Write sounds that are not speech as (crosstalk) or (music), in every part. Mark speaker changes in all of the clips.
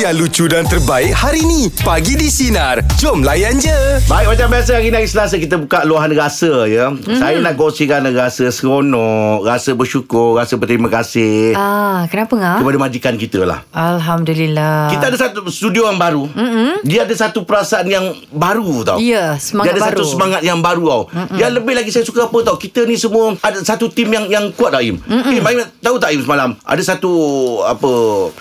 Speaker 1: yang lucu dan terbaik hari ni. Pagi di Sinar. Jom layan je.
Speaker 2: Baik macam biasa hari ni hari Selasa kita buka luahan rasa ya. Mm-hmm. Saya nak kongsikan rasa seronok, rasa bersyukur, rasa berterima kasih uh.
Speaker 3: Ah, kenapa ngah?
Speaker 2: kepada majikan kita lah.
Speaker 3: Alhamdulillah.
Speaker 2: Kita ada satu studio yang baru. Mm-hmm. Dia ada satu perasaan yang baru tau.
Speaker 3: Ya, semangat
Speaker 2: Dia ada satu
Speaker 3: baru.
Speaker 2: semangat yang baru tau. Mm-hmm. Yang lebih lagi saya suka apa tau. Kita ni semua ada satu tim yang yang kuat tau Im. Mm-hmm. Im, Im tahu tak Im semalam? Ada satu apa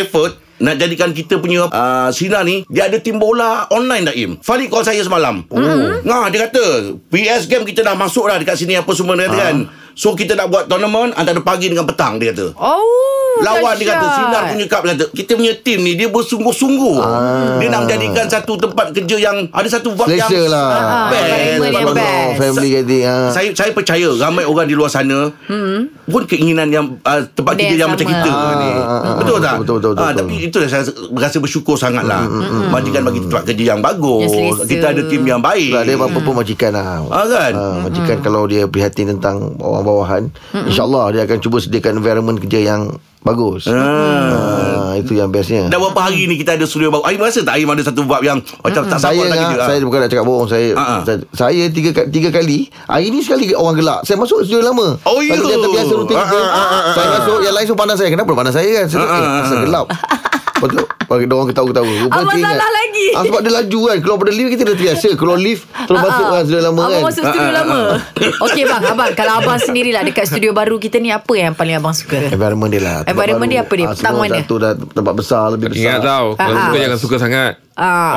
Speaker 2: effort nak jadikan kita punya uh, Sina ni Dia ada tim bola online dah Im Falik call saya semalam mm-hmm. Nah dia kata PS game kita dah masuk dah Dekat sini apa semua dia kata
Speaker 3: Ah.
Speaker 2: kan So kita nak buat tournament Antara pagi dengan petang dia kata
Speaker 3: Oh,
Speaker 2: Lawan dia kata
Speaker 3: dahsyat.
Speaker 2: Sinar punya cup dia kata Kita punya tim ni Dia bersungguh-sungguh ah. Dia nak menjadikan satu tempat kerja yang Ada satu vibe yang
Speaker 4: Selesa lah
Speaker 3: Ah,
Speaker 2: best.
Speaker 3: environment yang
Speaker 4: Abang
Speaker 3: best.
Speaker 4: kau, Family gathering ha.
Speaker 2: Saya saya percaya Ramai orang di luar sana hmm. Pun keinginan yang uh, Tempat
Speaker 3: Benda
Speaker 2: kerja yang
Speaker 3: yang
Speaker 2: macam
Speaker 3: sama.
Speaker 2: kita
Speaker 4: Ah,
Speaker 2: ni
Speaker 4: ah, ah,
Speaker 2: Betul
Speaker 4: betul,
Speaker 2: tak?
Speaker 4: betul, betul,
Speaker 2: Ah,
Speaker 4: betul, betul. Hmm,
Speaker 2: Tapi itu yang saya rasa bersyukur sangat lah Majikan bagi tempat kerja yang bagus
Speaker 3: Yang selesa.
Speaker 2: Kita ada tim yang baik
Speaker 4: Tak ada apa-apa pun majikan lah
Speaker 2: Ah, kan?
Speaker 4: Ah, Majikan kalau dia prihatin tentang orang bawahan InsyaAllah dia akan cuba sediakan environment kerja yang bagus Ah, Itu yang bestnya
Speaker 2: Dah berapa hari ni kita ada studio baru Aim rasa tak Aim ada satu vibe yang Macam tak
Speaker 4: Hmm, saya
Speaker 2: sabar lagi
Speaker 4: ngah, saya bukan nak cakap bohong saya,
Speaker 2: Ah, ah.
Speaker 4: saya saya tiga ka- tiga kali hari ni sekali orang gelak saya masuk studio lama
Speaker 2: Oh, ya.
Speaker 4: Patut dia terbiasa rutin
Speaker 2: Ah,
Speaker 4: kita
Speaker 2: ah, ah, ah,
Speaker 4: saya masuk yang lain semua pandang saya kenapa dia pandang saya kan saya
Speaker 2: Ah,
Speaker 4: eh
Speaker 2: ah,
Speaker 4: asal
Speaker 2: ah.
Speaker 4: gelap Lepas tu bagi dia orang ketawa-ketawa.
Speaker 3: Abang salah lagi.
Speaker 4: Ah, sebab dia laju kan. Keluar pada lift kita dah terbiasa. Keluar lift terus masuk kan sudah lama
Speaker 3: Ah, abang
Speaker 4: kan.
Speaker 2: Ah,
Speaker 3: masuk studio lama. Okey bang, abang kalau abang sendirilah dekat studio baru kita ni apa yang paling abang suka?
Speaker 4: Environment dia lah. tempat
Speaker 3: Environment dia
Speaker 4: baru.
Speaker 3: apa dia?
Speaker 4: Ah,
Speaker 3: Taman
Speaker 4: semua
Speaker 3: dia?
Speaker 4: Satu dah tempat besar lebih besar.
Speaker 5: Ingat tau Kalau
Speaker 3: Ah.
Speaker 5: suka jangan suka sangat
Speaker 3: Ah,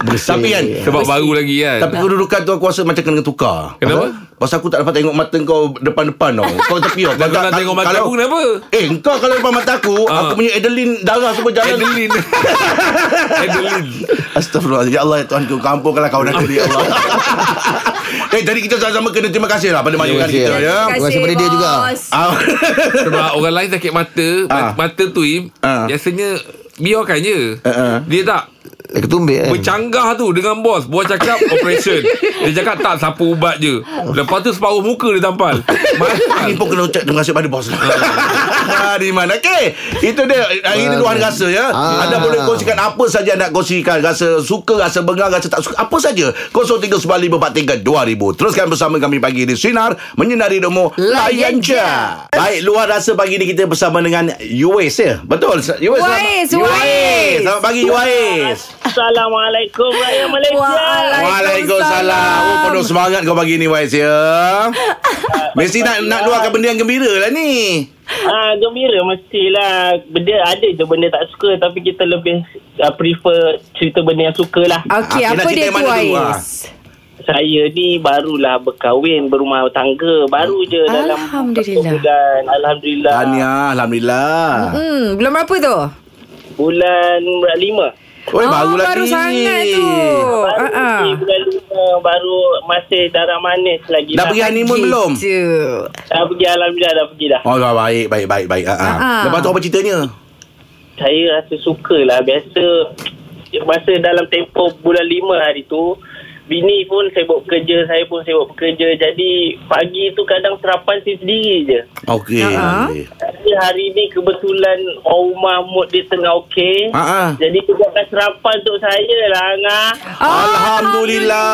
Speaker 4: Bersih.
Speaker 2: Tapi kan
Speaker 5: Sebab baru lagi kan (laughs)
Speaker 2: Tapi kedudukan tu aku rasa macam kena tukar.
Speaker 5: Kenapa?
Speaker 2: Pasal aku tak dapat tengok mata kau depan-depan
Speaker 5: (laughs)
Speaker 2: tau. Kau tepi tau.
Speaker 5: Dan kau nak tengok mata aku kenapa?
Speaker 2: Eh, kau kalau depan mata aku,
Speaker 5: Ah.
Speaker 2: aku punya adrenaline darah semua jalan. (laughs)
Speaker 5: Adeline Adeline
Speaker 2: Astagfirullahaladzim. Ya Allah, ya Tuhan, kau kampungkanlah kau dan ya
Speaker 5: (laughs)
Speaker 2: Allah. eh, jadi kita sama-sama kena terima kasih lah pada majikan
Speaker 4: kasih.
Speaker 2: kita ya.
Speaker 4: Terima kasih pada dia juga.
Speaker 3: bos.
Speaker 2: Ah. (laughs)
Speaker 5: Sebab orang lain sakit mata
Speaker 2: Ah.
Speaker 5: mat- Mata tu Im
Speaker 2: Ah.
Speaker 5: Biasanya Biarkan je
Speaker 2: ah.
Speaker 5: Dia tak
Speaker 4: Eh, ketumbit kan.
Speaker 5: Bercanggah tu dengan bos Bos cakap operation Dia cakap tak sapu ubat je Lepas tu separuh muka dia tampal
Speaker 2: Ini
Speaker 5: Mahal
Speaker 2: pun kena ucap terima kasih pada bos lah. (laughs) Di mana? Okey. Itu dia. Hari ini luahan rasa ya.
Speaker 4: Ah.
Speaker 2: Anda boleh kongsikan apa saja anda kongsikan. Rasa suka, rasa bengang, rasa tak suka. Apa saja. 0395432000. Teruskan bersama kami pagi di Sinar. Menyinari Demo. Layan je. Baik, luar rasa pagi ni kita bersama dengan Yuwais ya. Betul. Yuwais. selamat-
Speaker 3: Wais,
Speaker 2: Yuwais.
Speaker 3: Wais.
Speaker 2: Selamat pagi Yuwais.
Speaker 6: Assalamualaikum rakyat Malaysia.
Speaker 3: Waalaikumsalam.
Speaker 2: Waalaikumsalam. Oh, penuh semangat kau pagi ni Wais ya. Mesti nak nak luarkan benda yang gembira lah ni.
Speaker 6: Ah gembira mestilah. Benda ada je benda tak suka tapi kita lebih ah, prefer cerita benda yang sukalah.
Speaker 2: Okey,
Speaker 3: Okey,
Speaker 2: nak
Speaker 3: apa
Speaker 2: cerita
Speaker 3: dia
Speaker 2: yang
Speaker 3: tu
Speaker 2: mana dulu, ah?
Speaker 3: Ais?
Speaker 6: Saya ni barulah berkahwin, berumah tangga, baru je dalam
Speaker 3: Alhamdulillah.
Speaker 6: satu bulan. Alhamdulillah.
Speaker 2: Tahniah Alhamdulillah
Speaker 3: Hmm, bulan berapa tu? Ah,
Speaker 6: Bulan lima.
Speaker 2: Oi, Oh, baru lagi
Speaker 3: baru sangat tu.
Speaker 6: Baru
Speaker 3: Ah, ah.
Speaker 6: ni bulan lima, baru masih darah manis lagi. lah.
Speaker 2: Dah pergi honeymoon belum?
Speaker 3: Gitu.
Speaker 6: Dah pergi, Alhamdulillah dah pergi dah.
Speaker 2: Oh dah baik baik baik baik. Ha ah.
Speaker 3: Ah.
Speaker 2: Lepas tu apa ceritanya?
Speaker 6: saya rasa suka lah biasa masa dalam tempoh bulan lima hari tu bini pun sibuk kerja saya pun sibuk bekerja jadi pagi tu kadang sarapan saya sendiri je
Speaker 2: Okey.
Speaker 3: Ah.
Speaker 2: ha.
Speaker 6: tapi hari ni kebetulan Omar mood dia tengah okey
Speaker 2: Ha ah.
Speaker 6: jadi tugaskan sarapan untuk saya lah Angah
Speaker 2: Alhamdulillah.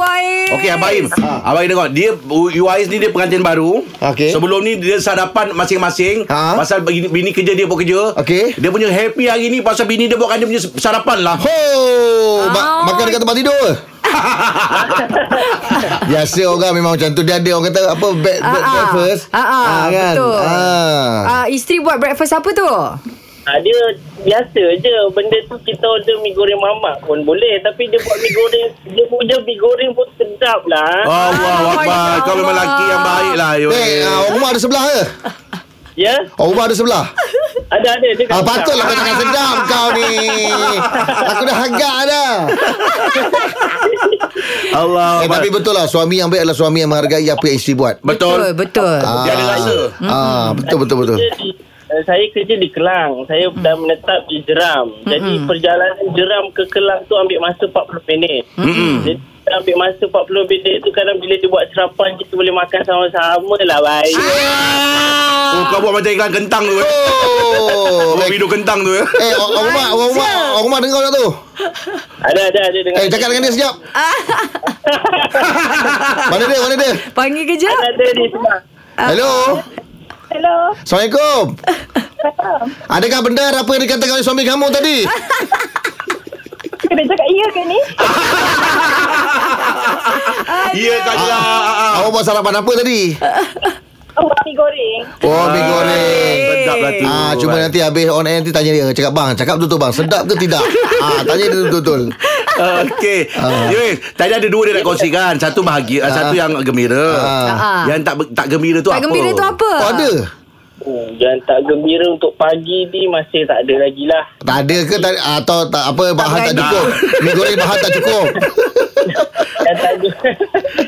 Speaker 3: Wais.
Speaker 2: Okey Abang Im Abang Im dengar Dia UIS ni dia pengantin baru
Speaker 4: Okey.
Speaker 2: Sebelum ni dia sarapan masing-masing
Speaker 4: Ha?
Speaker 2: Pasal bini, bini kerja dia buat kerja
Speaker 4: Okey.
Speaker 2: Dia punya happy hari ni Pasal bini dia buatkan dia punya sarapan lah
Speaker 4: Ho
Speaker 3: Oh.
Speaker 4: Ma- Makan dekat tempat
Speaker 3: (laughs)
Speaker 4: tidur Biasa orang kan memang macam tu Dia ada orang kata Apa bed, bed,
Speaker 3: Ah, ah.
Speaker 4: breakfast kan?
Speaker 3: Ah, ah,
Speaker 2: kan?
Speaker 3: betul.
Speaker 4: ah.
Speaker 3: Ah, isteri buat breakfast apa tu?
Speaker 6: ha, dia biasa je benda tu kita order mi goreng mamak pun boleh tapi dia buat mi goreng dia punya mi goreng pun sedap lah
Speaker 2: Allah Akbar
Speaker 3: Allah.
Speaker 2: Kau memang lelaki yang baik lah
Speaker 4: Dek
Speaker 2: Yuais
Speaker 4: ah, Rumah ada sebelah ke
Speaker 6: ya
Speaker 4: Oh, rumah ada sebelah
Speaker 6: ada ada dia
Speaker 4: ah,
Speaker 6: kata-
Speaker 4: Patutlah kau jangan sedap kau ni Aku dah agak dah
Speaker 2: Allah
Speaker 4: eh, Tapi betul lah Suami yang baik adalah suami yang menghargai Apa yang isteri buat
Speaker 2: Betul
Speaker 3: Betul, betul.
Speaker 2: Dia ada rasa
Speaker 4: ah, Betul betul betul Hmm.
Speaker 6: Kerja di- eh, saya kerja di Kelang. Saya dah menetap di
Speaker 4: Hmm.
Speaker 6: Jeram. Jadi perjalanan Jeram ke Kelang tu ambil masa 40 minit. Jadi kita
Speaker 7: ambil masa 40 minit tu kadang bila dia buat sarapan kita boleh makan sama-sama lah baik.
Speaker 4: Ah.
Speaker 2: Oh, kau buat macam iklan kentang tu. Eh. Oh,
Speaker 4: Oh, baik.
Speaker 2: video kentang tu. Eh.
Speaker 4: Eh, orang rumah, orang rumah, orang rumah dengar tak tu?
Speaker 7: Ada ada ada dengan.
Speaker 4: Eh, cakap dengan dia (laughs) sekejap. mana dia, mana dia?
Speaker 3: Panggil kejap.
Speaker 7: Ada ada ni semua.
Speaker 4: Hello.
Speaker 7: Hello.
Speaker 4: Assalamualaikum. Adakah benar apa yang dikatakan oleh suami kamu tadi?
Speaker 7: Kena cakap iya ke ni?
Speaker 2: Ya, Kajla.
Speaker 4: Awak buat sarapan apa tadi?
Speaker 7: Awak mi goreng.
Speaker 4: Oh, mi goreng.
Speaker 2: Sedap lah tu.
Speaker 4: Ah, cuma nanti habis on air nanti tanya dia. Cakap bang, cakap betul tu bang. Sedap ke (laughs) tidak? Ah, tanya dia betul-betul.
Speaker 2: Okey.
Speaker 4: Ah.
Speaker 2: Yus, tadi ada dua dia nak kongsikan. Satu bahagia, satu yang gembira.
Speaker 4: Ah.
Speaker 2: Yang tak be- tak gembira tu apa?
Speaker 3: Tak gembira tu apa?
Speaker 4: Oh, ada.
Speaker 7: Oh, yang tak gembira untuk pagi ni masih tak ada lagi lah.
Speaker 4: Tak ada ke tak, atau tak apa bahan tak
Speaker 3: berani.
Speaker 4: cukup. Mi goreng bahan tak cukup.
Speaker 7: Yang tak ada.
Speaker 4: (laughs)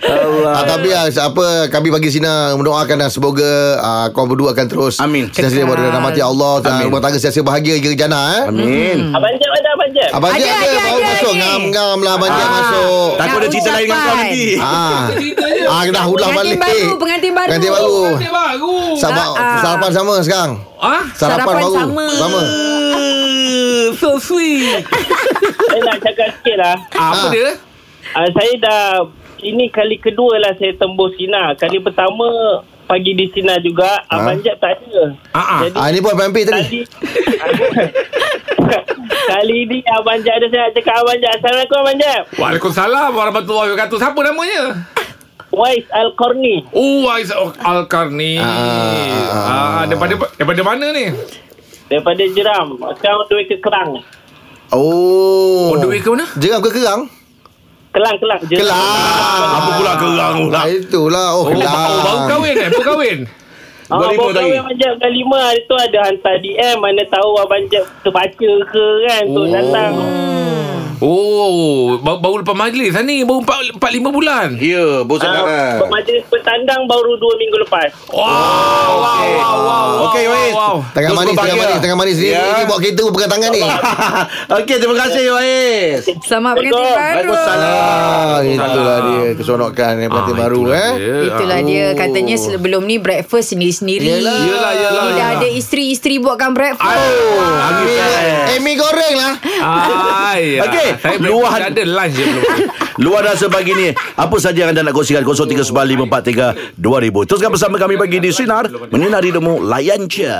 Speaker 4: Ah, tapi ah, apa kami bagi sina mendoakan dan semoga ah, kau berdua akan terus
Speaker 2: Amin.
Speaker 4: Sentiasa
Speaker 3: Kekal.
Speaker 4: berada dalam hati Allah dan rumah tangga sentiasa bahagia hingga jannah eh.
Speaker 2: Amin.
Speaker 6: Hmm.
Speaker 7: Abang Jam ada Abang Jam.
Speaker 4: Abang
Speaker 3: Ada,
Speaker 4: Jam
Speaker 3: ada,
Speaker 4: ada, baru
Speaker 3: ada
Speaker 4: masuk
Speaker 3: lagi.
Speaker 4: ngam-ngam lah Abang Jam
Speaker 3: Ah.
Speaker 4: masuk.
Speaker 2: Tak ada cerita lain dengan kau
Speaker 3: Ucapan.
Speaker 2: nanti.
Speaker 3: (laughs)
Speaker 4: Ah. Ah, dah ulang balik.
Speaker 3: Pengantin baru, pengantin baru.
Speaker 4: Pengantin baru.
Speaker 5: Dia baru.
Speaker 4: Sama,
Speaker 3: Ah, ah.
Speaker 4: sarapan sama sekarang.
Speaker 5: Ah,
Speaker 4: Sarapan,
Speaker 3: Sarapan
Speaker 4: baru.
Speaker 3: sama.
Speaker 4: sama.
Speaker 5: Uh, so sweet.
Speaker 7: Saya nak cakap sikit lah.
Speaker 5: Ah, apa
Speaker 4: Ah.
Speaker 5: dia?
Speaker 7: Uh, saya dah ini kali kedua lah saya tembus Sina. Kali pertama pagi di Sina juga ha? Abang Jab tak ada.
Speaker 5: Ah, ah.
Speaker 7: Jadi
Speaker 4: Ah, ini pun PMP tadi.
Speaker 7: kali (laughs) kali ni Abang Jab ada saya nak cakap Abang Jab. Assalamualaikum Abang Jab.
Speaker 5: Waalaikumsalam warahmatullahi wabarakatuh. Siapa namanya?
Speaker 7: Wais Al-Qarni.
Speaker 5: Oh, Aiz Al-Karni. Ah, daripada daripada mana ni?
Speaker 7: Daripada Jeram. Sekarang duit ke Kelang.
Speaker 4: Oh.
Speaker 5: Oh, duit ke mana?
Speaker 4: Jangan ke kerang?
Speaker 7: Kelang, Kelang. Jeram.
Speaker 4: Kelang.
Speaker 2: Ah, Apa lah. pula kerang pula?
Speaker 4: Ah, itulah. Oh,
Speaker 5: Oh,
Speaker 4: kelang.
Speaker 5: oh, baru kahwin eh? Baru kahwin?
Speaker 7: Ah,
Speaker 2: Dua lima
Speaker 7: Abang
Speaker 2: tadi.
Speaker 7: Jab Abang Jab dah lima hari tu ada hantar DM. Mana tahu Abang Jab terbaca ke kan. Tu
Speaker 5: Oh.
Speaker 7: datang.
Speaker 5: Hmm. Oh, baru, baru lepas majlis lah ni. Baru 4, 4 5 bulan.
Speaker 2: Ya, bosan
Speaker 7: Ah,
Speaker 2: sangat.
Speaker 7: Majlis petandang baru dua minggu lepas.
Speaker 5: Wow, wow, wow, wow, wow.
Speaker 2: Okey, Yois. Terus
Speaker 4: Tangan manis, tangan
Speaker 2: berbahagia.
Speaker 4: manis, tangan manis. Ni,
Speaker 2: Ya.
Speaker 4: ni bawa kereta pun pegang tangan ni.
Speaker 2: (laughs) Okey, terima kasih Yois.
Speaker 3: Selamat pengantin
Speaker 7: Assalamualaikum.
Speaker 3: baru.
Speaker 4: Ah, itulah dia keseronokan yang
Speaker 5: Ah,
Speaker 4: pelatih baru
Speaker 5: itulah
Speaker 4: eh.
Speaker 5: dia.
Speaker 3: Itulah dia katanya sebelum ni breakfast sendiri-sendiri.
Speaker 4: Yelah. Yelah,
Speaker 5: yelah,
Speaker 3: Ni dah
Speaker 5: yelah.
Speaker 3: ada isteri-isteri buatkan breakfast.
Speaker 4: Oh,
Speaker 5: Lagi
Speaker 4: eh, mi goreng lah.
Speaker 5: Ah, ya.
Speaker 2: Okey,
Speaker 5: Saya
Speaker 2: luahan.
Speaker 5: breakfast ada lunch je belum.
Speaker 2: Luar rasa pagi ni Apa saja yang anda nak kongsikan 0395432000 Teruskan bersama kami pagi di Sinar Menyinari Demu Layan je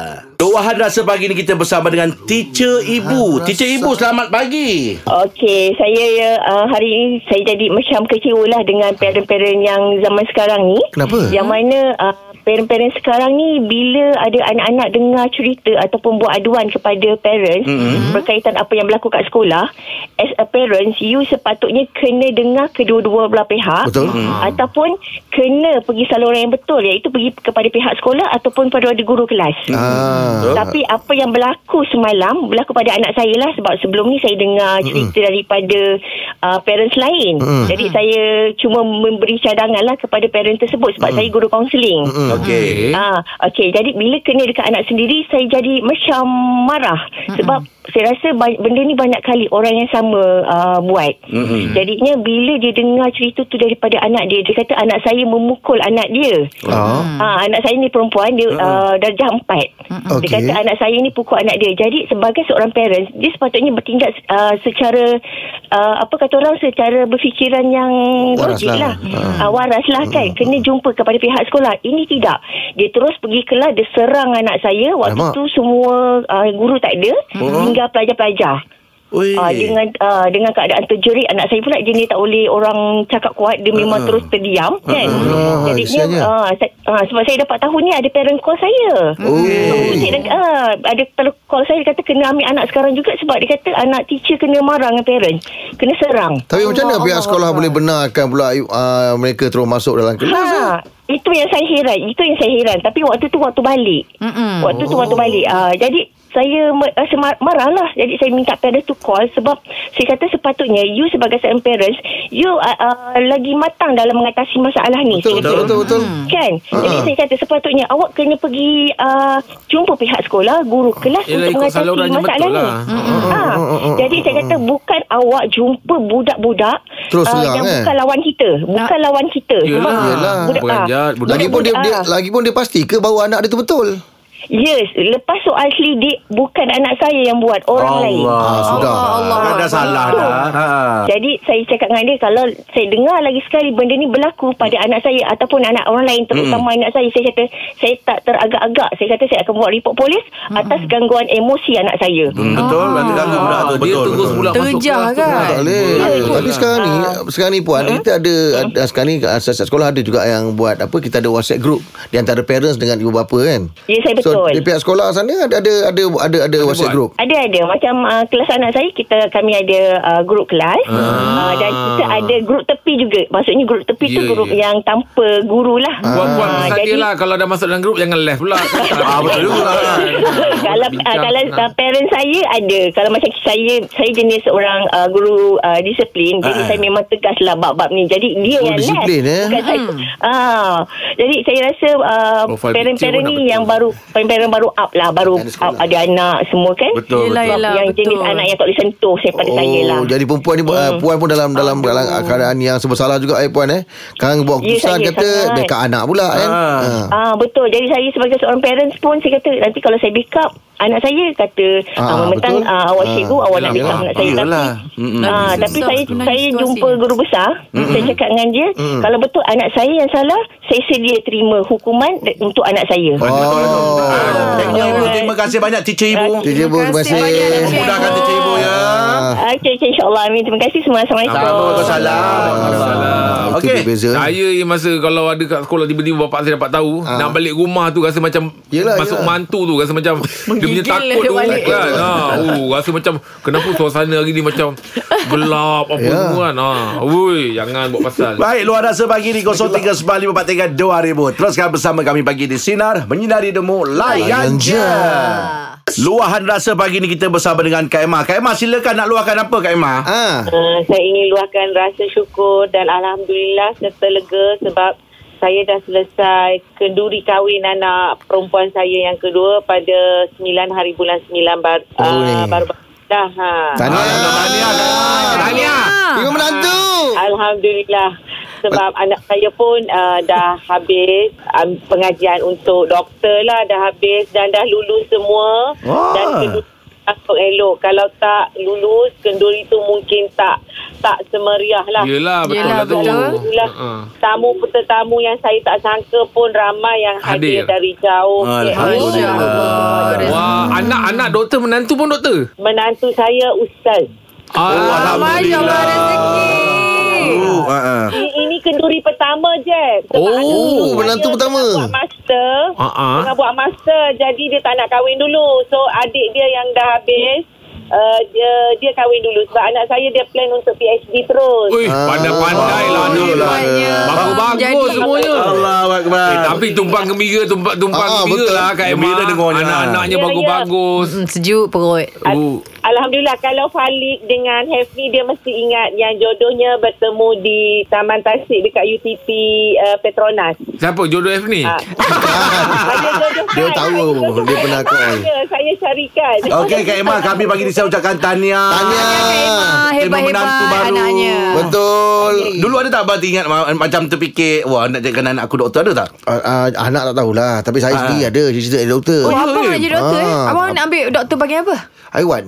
Speaker 2: Luahan rasa pagi ni kita bersama dengan Teacher Ibu Teacher Ibu selamat pagi
Speaker 6: Okey, saya ya uh, hari ini saya jadi macam kecewa lah dengan parent-parent yang zaman sekarang ni.
Speaker 4: Kenapa?
Speaker 6: Yang mana uh, parent-parent sekarang ni bila ada anak-anak dengar cerita ataupun buat aduan kepada parents mm-hmm. berkaitan apa yang berlaku kat sekolah, as a parents you sepatutnya kena dengar kedua-dua belah pihak. Mm-hmm.
Speaker 4: Betul.
Speaker 6: Ataupun kena pergi saluran yang betul iaitu pergi kepada pihak sekolah ataupun kepada guru kelas.
Speaker 4: Ah.
Speaker 6: Tapi apa yang berlaku semalam berlaku pada anak saya lah sebab sebelum ni saya dengar cerita daripada uh, parents lain.
Speaker 4: Mm.
Speaker 6: Jadi saya cuma memberi cadangan lah kepada parent tersebut sebab saya guru kaunseling.
Speaker 4: Hmm.
Speaker 2: Okey
Speaker 6: Ah, okey. Jadi bila kena dekat anak sendiri, saya jadi macam marah sebab saya rasa ba- benda ni banyak kali orang yang sama uh, buat.
Speaker 2: Mm-mm.
Speaker 6: Jadinya bila dia dengar cerita tu daripada anak dia, dia kata anak saya memukul anak dia.
Speaker 4: Ah.
Speaker 6: Ha, anak saya ni perempuan dia uh, darjah empat.
Speaker 4: Okey.
Speaker 6: Dia kata anak saya ni pukul anak dia. Jadi sebagai seorang parents, dia sepatutnya bertindak uh, secara uh, apa kata orang secara berfikiran yang
Speaker 4: Waras
Speaker 6: logik
Speaker 4: lah.
Speaker 6: lah.
Speaker 4: Ha.
Speaker 6: Uh, waras lah kan. Kena jumpa kepada pihak sekolah. Ini tidak. Dia terus pergi kelas dia serang anak saya. Waktu
Speaker 4: Alamak. Oh.
Speaker 6: tu semua uh, guru tak ada hingga pelajar-pelajar.
Speaker 2: Ui.
Speaker 6: Uh, dengan uh, dengan keadaan terjerit anak saya pula jenis tak boleh orang cakap kuat dia memang terus terdiam kan
Speaker 4: Ah,
Speaker 6: jadinya
Speaker 4: Hmm. kesiannya.
Speaker 6: uh, sa- uh, sebab saya dapat tahu ni ada parent call saya
Speaker 4: Okey.
Speaker 6: Saya
Speaker 4: oh.
Speaker 6: dah- ah, ada kalau call saya dia kata kena ambil anak sekarang juga sebab dia kata anak teacher kena marah dengan parent kena serang
Speaker 4: Tapi macam mana pihak sekolah boleh benarkan pula uh, mereka terus masuk dalam kelas? eh?
Speaker 6: Ha, itu yang saya heran. Itu yang saya heran. Tapi waktu tu waktu balik.
Speaker 3: Mm-mm.
Speaker 6: Waktu tu waktu balik. Uh, jadi saya me- rasa mar- marah lah jadi saya minta parents to call sebab saya kata sepatutnya you sebagai seorang parents you uh, uh, lagi matang dalam mengatasi masalah ni
Speaker 4: Betul,
Speaker 6: saya kata.
Speaker 4: betul, betul, betul.
Speaker 8: Hmm.
Speaker 6: kan jadi saya kata sepatutnya awak kena pergi uh, jumpa pihak sekolah guru kelas
Speaker 8: Yelah, ikut
Speaker 6: untuk mengatasi
Speaker 8: saluran je
Speaker 6: masalah
Speaker 8: betul
Speaker 6: ni
Speaker 8: lah.
Speaker 6: ha. jadi saya kata bukan awak jumpa budak-budak
Speaker 4: Terus
Speaker 6: ah,
Speaker 4: serang,
Speaker 6: yang
Speaker 4: eh?
Speaker 6: bukan lawan kita bukan lawan kita Sebab
Speaker 8: Yelah.
Speaker 4: Yelah.
Speaker 6: budak-
Speaker 8: Bukan
Speaker 6: ah,
Speaker 8: jahat. Budak
Speaker 4: Lagipun dia,
Speaker 6: budak-
Speaker 4: dia
Speaker 6: ah.
Speaker 4: lagipun dia pasti ke bawa anak dia tu betul.
Speaker 6: Yes, lepas tu asli dia bukan anak saya yang buat, orang Allah. lain.
Speaker 4: Ah, sudah.
Speaker 3: Allah.
Speaker 2: Dah, dah salah dah.
Speaker 4: Ah.
Speaker 2: Ha.
Speaker 6: Jadi saya cakap dengan dia kalau saya dengar lagi sekali benda ni berlaku pada anak saya ataupun anak orang lain terutama anak saya saya kata saya tak teragak-agak saya kata saya akan buat report polis atas gangguan emosi anak saya.
Speaker 2: Hmm, betul, ah. ganggu budak tu.
Speaker 8: Dia
Speaker 2: Betul.
Speaker 8: terus
Speaker 2: betul.
Speaker 8: pula masuk
Speaker 3: Terjah
Speaker 8: kelas tu.
Speaker 3: kan?
Speaker 4: Tak boleh.
Speaker 6: betul.
Speaker 4: Tapi sekarang ni sekarang ni puan kita ada, ada sekarang ni asas sekolah ada juga yang buat apa kita ada WhatsApp group di antara parents dengan ibu bapa kan.
Speaker 6: Ya, saya
Speaker 4: So di
Speaker 6: betul.
Speaker 4: pihak sekolah sana ada ada ada ada, ada WhatsApp
Speaker 5: buat?
Speaker 4: group.
Speaker 6: Ada ada macam uh, kelas anak saya kita kami ada uh, grup kelas uh, dan kita ada grup tepi juga. Maksudnya grup tepi tu
Speaker 8: Ya,
Speaker 6: grup
Speaker 8: ya.
Speaker 6: yang tanpa guru lah.
Speaker 5: Puan-puan
Speaker 6: Ah,
Speaker 5: pesan dia lah Kalau dah masuk dalam grup Jangan left pula
Speaker 2: Ah, betul juga.
Speaker 3: ah,
Speaker 6: kalau uh, kalau uh, parent saya ada kalau macam saya saya jenis seorang uh, guru uh, disiplin jadi saya memang tegas lah bab-bab ni jadi
Speaker 4: Ah,
Speaker 6: dia
Speaker 4: Guru
Speaker 6: yang
Speaker 4: disiplin, eh?
Speaker 6: bukan saya ah jadi saya rasa uh,
Speaker 8: Profile picture
Speaker 6: parent-parent
Speaker 8: pun
Speaker 6: ni
Speaker 8: nak
Speaker 6: yang baru parent-parent baru up lah baru
Speaker 4: Anak
Speaker 6: up,
Speaker 4: sekolah.
Speaker 6: ada anak semua kan
Speaker 2: Betul,
Speaker 3: Yelah,
Speaker 2: betul.
Speaker 3: yelah,
Speaker 6: yang jenis
Speaker 3: betul.
Speaker 6: anak yang tak boleh sentuh saya pada saya lah
Speaker 4: Oh,
Speaker 6: Hmm.
Speaker 4: jadi perempuan ni uh, puan pun dalam dalam dalam keadaan yang serba salah juga eh puan eh. Sekarang buat
Speaker 6: Ya,
Speaker 4: keputusan
Speaker 6: saya
Speaker 4: kata
Speaker 6: sangat.
Speaker 4: dekat anak pula kan.
Speaker 2: Ah.
Speaker 4: Ah.
Speaker 6: Ah betul. Jadi saya sebagai seorang parents pun saya kata nanti kalau saya pick up anak saya kata
Speaker 4: Ah,
Speaker 6: ah, mentang
Speaker 4: betul.
Speaker 6: ah, awak
Speaker 4: Ah.
Speaker 6: cikgu awak nak
Speaker 5: Yelah,
Speaker 6: pick up
Speaker 5: yelah.
Speaker 6: anak saya tapi
Speaker 2: Yelah. Mm-mm.
Speaker 6: Ah,
Speaker 3: Lagi
Speaker 6: tapi
Speaker 3: susah
Speaker 6: saya
Speaker 3: sebenarnya
Speaker 6: saya
Speaker 3: situasi
Speaker 6: jumpa
Speaker 3: ni.
Speaker 6: guru besar, saya cakap dengan dia, kalau betul anak saya yang salah, saya sedia terima hukuman de- untuk anak saya. Ah,
Speaker 4: Oh.
Speaker 2: Thank you, Ibu. Terima kasih banyak teacher ibu. ya.
Speaker 4: Terima kasih. Terima kasih.
Speaker 3: banyak, Cik.
Speaker 2: Memudahkan teacher ibu ya.
Speaker 4: Ah.
Speaker 6: Okey, okay, insyaAllah. Amin. Terima kasih semua. Assalamualaikum.
Speaker 4: Ah,
Speaker 2: Waalaikumsalam.
Speaker 4: Itu
Speaker 2: Okey.
Speaker 4: dia beza.
Speaker 5: Saya masa kalau ada kat sekolah tiba-tiba bapak saya dapat tahu
Speaker 4: Ah.
Speaker 5: nak balik rumah tu rasa macam
Speaker 4: Yelah,
Speaker 5: masuk
Speaker 4: yelah.
Speaker 5: mantu tu rasa macam dia punya
Speaker 3: Menggigil
Speaker 5: takut
Speaker 3: lah
Speaker 5: tu
Speaker 3: balik.
Speaker 5: kan. Ha, oh, rasa macam kenapa suasana hari ni macam gelap apa
Speaker 4: Ya.
Speaker 5: semua kan. Ha, oi jangan buat pasal.
Speaker 2: Baik, luar rasa pagi di 0395432000. Teruskan bersama kami pagi di Sinar. Menyinari Demo, layan je. Luahan rasa pagi ni kita bersama dengan Kak Emma. Kak Emma, silakan nak luahkan apa Kak Emma?
Speaker 4: Ah.
Speaker 9: Uh, saya ingin luahkan rasa syukur dan Alhamdulillah serta lega sebab saya dah selesai kenduri kahwin anak perempuan saya yang kedua pada 9 hari bulan 9 bar,
Speaker 4: Oi.
Speaker 9: uh, baru dah. Ha.
Speaker 4: Tahniah.
Speaker 2: Tahniah.
Speaker 5: Ah.
Speaker 2: Tahniah.
Speaker 4: Terima menantu.
Speaker 9: Alhamdulillah sebab anak saya pun uh, dah habis um, pengajian untuk doktor lah dah habis dan dah lulus semua
Speaker 2: Wah.
Speaker 9: dan kenduri takut elok kalau tak lulus kenduri tu mungkin tak tak semeriah lah
Speaker 5: Yelah betul
Speaker 3: Yelah,
Speaker 5: lah tu.
Speaker 3: betul.
Speaker 9: Alhamdulillah
Speaker 5: Ha.
Speaker 9: tamu tetamu yang saya tak sangka pun ramai yang
Speaker 5: Hadir.
Speaker 9: hadir, dari jauh. Eh,
Speaker 2: Alhamdulillah.
Speaker 5: Wah, anak-anak doktor menantu pun doktor.
Speaker 9: Menantu saya Ustaz.
Speaker 5: Ah,
Speaker 3: Masya Allah rezeki.
Speaker 2: Oh, ah, ah.
Speaker 9: Ini, ini kenduri pertama je.
Speaker 5: Oh,
Speaker 9: ada orang
Speaker 4: menantu
Speaker 9: saya
Speaker 4: pertama.
Speaker 9: tengah Buat master.
Speaker 5: Ha-ha.
Speaker 9: Tengah buat master. Jadi dia tak nak kahwin dulu. So adik dia yang dah habis. Uh, dia dia kahwin dulu sebab anak saya dia plan untuk PhD terus.
Speaker 5: Ui, pandai-pandai lah anak.
Speaker 3: Hebatnya.
Speaker 5: Bagus-bagus
Speaker 3: Jadi-
Speaker 5: semuanya.
Speaker 2: Allahu Akbar.
Speaker 5: Eh, tapi tumpang gembira tumpang tumpang
Speaker 4: Ah,
Speaker 5: ah, gembira
Speaker 4: betul.
Speaker 5: lah Kak Emma.
Speaker 2: Gembira dengarnya.
Speaker 5: Anak-anaknya
Speaker 9: Ya, ya.
Speaker 5: bagus-bagus.
Speaker 3: Hmm, sejuk perut.
Speaker 5: Oh.
Speaker 9: Alhamdulillah kalau Falik dengan Hefni dia mesti ingat yang jodohnya bertemu di Taman Tasik dekat UTP uh, Petronas.
Speaker 5: Siapa jodoh F ni?
Speaker 9: Ah. Saya jodoh
Speaker 4: Eh. (laughs) Dia
Speaker 9: kan?
Speaker 4: tahu.
Speaker 9: Saya jodoh
Speaker 4: Dia
Speaker 9: kan?
Speaker 4: pernah call.
Speaker 9: Saya, saya carikan.
Speaker 2: Okey
Speaker 9: (laughs)
Speaker 2: Kak Emma, kami pagi ni saya ucapkan tahniah.
Speaker 4: Tahniah.
Speaker 3: Ah,
Speaker 2: Terima
Speaker 3: hebat-hebat
Speaker 2: menantu baru.
Speaker 3: anaknya.
Speaker 4: Betul.
Speaker 2: Dulu ada tak abang ingat ma- macam terfikir, wah nak jadikan anak aku doktor ada tak?
Speaker 4: Ah, ah, anak tak tahulah Tapi saya
Speaker 2: Ah.
Speaker 4: sendiri ada Cerita dari doktor
Speaker 3: Oh, abang nak jadi doktor eh?
Speaker 4: Ah.
Speaker 3: Abang nak ambil doktor bagian apa?
Speaker 4: Haiwan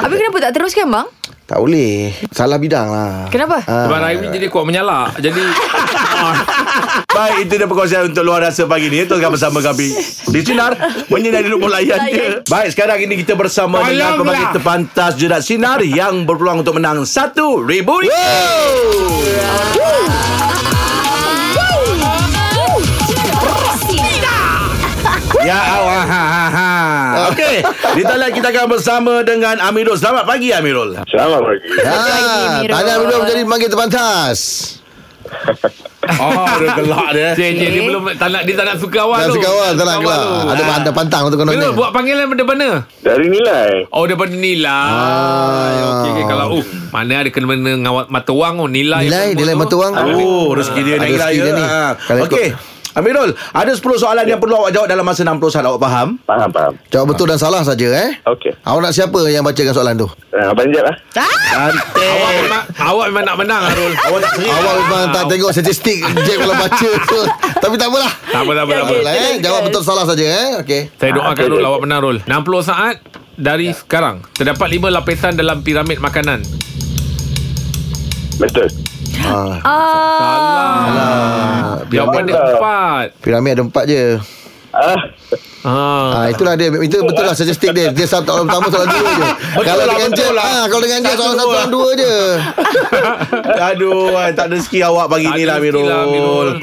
Speaker 3: Habis kenapa tak teruskan bang?
Speaker 4: Tak boleh Salah bidang lah
Speaker 3: Kenapa?
Speaker 4: Ah.
Speaker 5: Sebab Raimi jadi kuat menyala. Jadi
Speaker 2: (laughs) Baik, itu dia perkongsian untuk luar rasa pagi ni. Teruskan bersama kami di Sinar. Menyinari rumah layan je. Baik, sekarang ini kita bersama
Speaker 5: Tolonglah.
Speaker 2: dengan pembagi terpantas Jerat Sinar yang berpeluang untuk menang RM1,000. Ya Allah. Ha, ha, ha. Okey, di talian kita akan bersama dengan Amirul. Selamat pagi Amirul.
Speaker 10: Selamat pagi.
Speaker 4: Ah,
Speaker 3: Pagi, Mirul.
Speaker 4: Tahniah Mirul menjadi panggil terpantas
Speaker 2: Oh, dia gelak dia.
Speaker 5: Cik, cik, dia
Speaker 3: Okey.
Speaker 5: belum tak nak dia tak nak suka awal
Speaker 4: Dah
Speaker 5: tu.
Speaker 4: sekawal Tak nak gelak
Speaker 5: tu. Ah.
Speaker 4: Ada
Speaker 2: Ah.
Speaker 4: ada pantang untuk kena
Speaker 5: Belum buat panggilan daripada mana?
Speaker 7: Dari nilai.
Speaker 5: Oh daripada nilai.
Speaker 4: Ah.
Speaker 5: Okey okey kalau oh mana ada kena mena ngawat mata wang oh nilai.
Speaker 4: Nilai
Speaker 5: apa
Speaker 4: Nilai
Speaker 5: tu.
Speaker 4: mata wang
Speaker 2: Oh, rezeki dia
Speaker 4: ada
Speaker 2: naik
Speaker 4: rezeki
Speaker 2: raya.
Speaker 4: dia ni.
Speaker 2: Ha.
Speaker 4: Kalau ikut-
Speaker 2: Okey. Amirul, ada 10 soalan yang perlu awak jawab dalam masa 60 saat awak faham?
Speaker 7: Faham, faham.
Speaker 4: Jawab betul dan salah saja eh
Speaker 7: Okey.
Speaker 4: Awak nak siapa yang bacakan soalan tu
Speaker 7: Uh, Abang Jad lah.
Speaker 5: Awak
Speaker 2: Cantik.
Speaker 5: memang awak memang nak menang Arul.
Speaker 2: Awak tak serius.
Speaker 4: Awak memang tak tengok statistik Jack kalau baca
Speaker 2: (laughs)
Speaker 4: tu Tapi tak apalah
Speaker 5: tak apa tak apa. Tak apa.
Speaker 4: Apalah, eh. Jawab betul salah saja eh Okey
Speaker 5: Saya doakan
Speaker 7: Ah,
Speaker 5: Rul
Speaker 7: okey.
Speaker 5: awak menang Rul. 60 saat dari sekarang. Terdapat 5 lapisan dalam piramid makanan.
Speaker 7: Betul.
Speaker 4: ah,
Speaker 5: Salah. Jawapan dia
Speaker 7: Salah.
Speaker 5: 4.
Speaker 4: Piramid ada empat je
Speaker 7: Ah,
Speaker 5: Ha.
Speaker 4: ah, Itulah dia Itu betul lah statistik dia Dia satu soalan pertama soalan dua je Kalau
Speaker 2: lah,
Speaker 4: dengan
Speaker 2: betul
Speaker 4: Jack
Speaker 2: lah.
Speaker 4: ah, Kalau dengan Jack
Speaker 2: Satu,
Speaker 4: soalan
Speaker 2: dua.
Speaker 4: satu soalan dua je
Speaker 2: Aduh, ay, tak ada rezeki awak pagi
Speaker 5: Tak
Speaker 2: ni lah
Speaker 5: ada rezeki
Speaker 2: Amirul.
Speaker 5: lah, Amirul.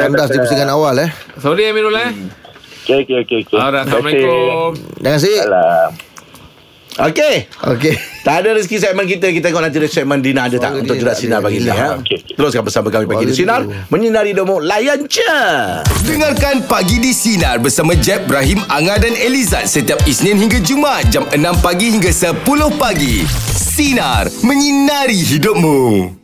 Speaker 4: Kandas di pusingan awal eh
Speaker 5: Sorry Amirul eh.
Speaker 7: Okey, okey, okey. okey.
Speaker 5: Alright, Assalamualaikum.
Speaker 4: Jangan
Speaker 7: Okey.
Speaker 4: sikit
Speaker 7: Alah.
Speaker 2: Okey.
Speaker 4: Okey
Speaker 2: Tak ada rezeki segmen kita Kita tengok nanti ada segmen Dina ada tak
Speaker 4: Suara
Speaker 2: Untuk
Speaker 4: dia
Speaker 2: jerat
Speaker 4: tak
Speaker 2: sinar
Speaker 4: ada.
Speaker 2: pagi ni ha?
Speaker 7: Okey, okey.
Speaker 2: Teruskan bersama kami pagi di Sinar Menyinari domo Layan je
Speaker 1: Dengarkan Pagi di Sinar bersama Jeb, Ibrahim, Anga dan Elizad setiap Isnin hingga Jumaat jam 6 pagi hingga 10 pagi. Sinar. Menyinari hidupmu.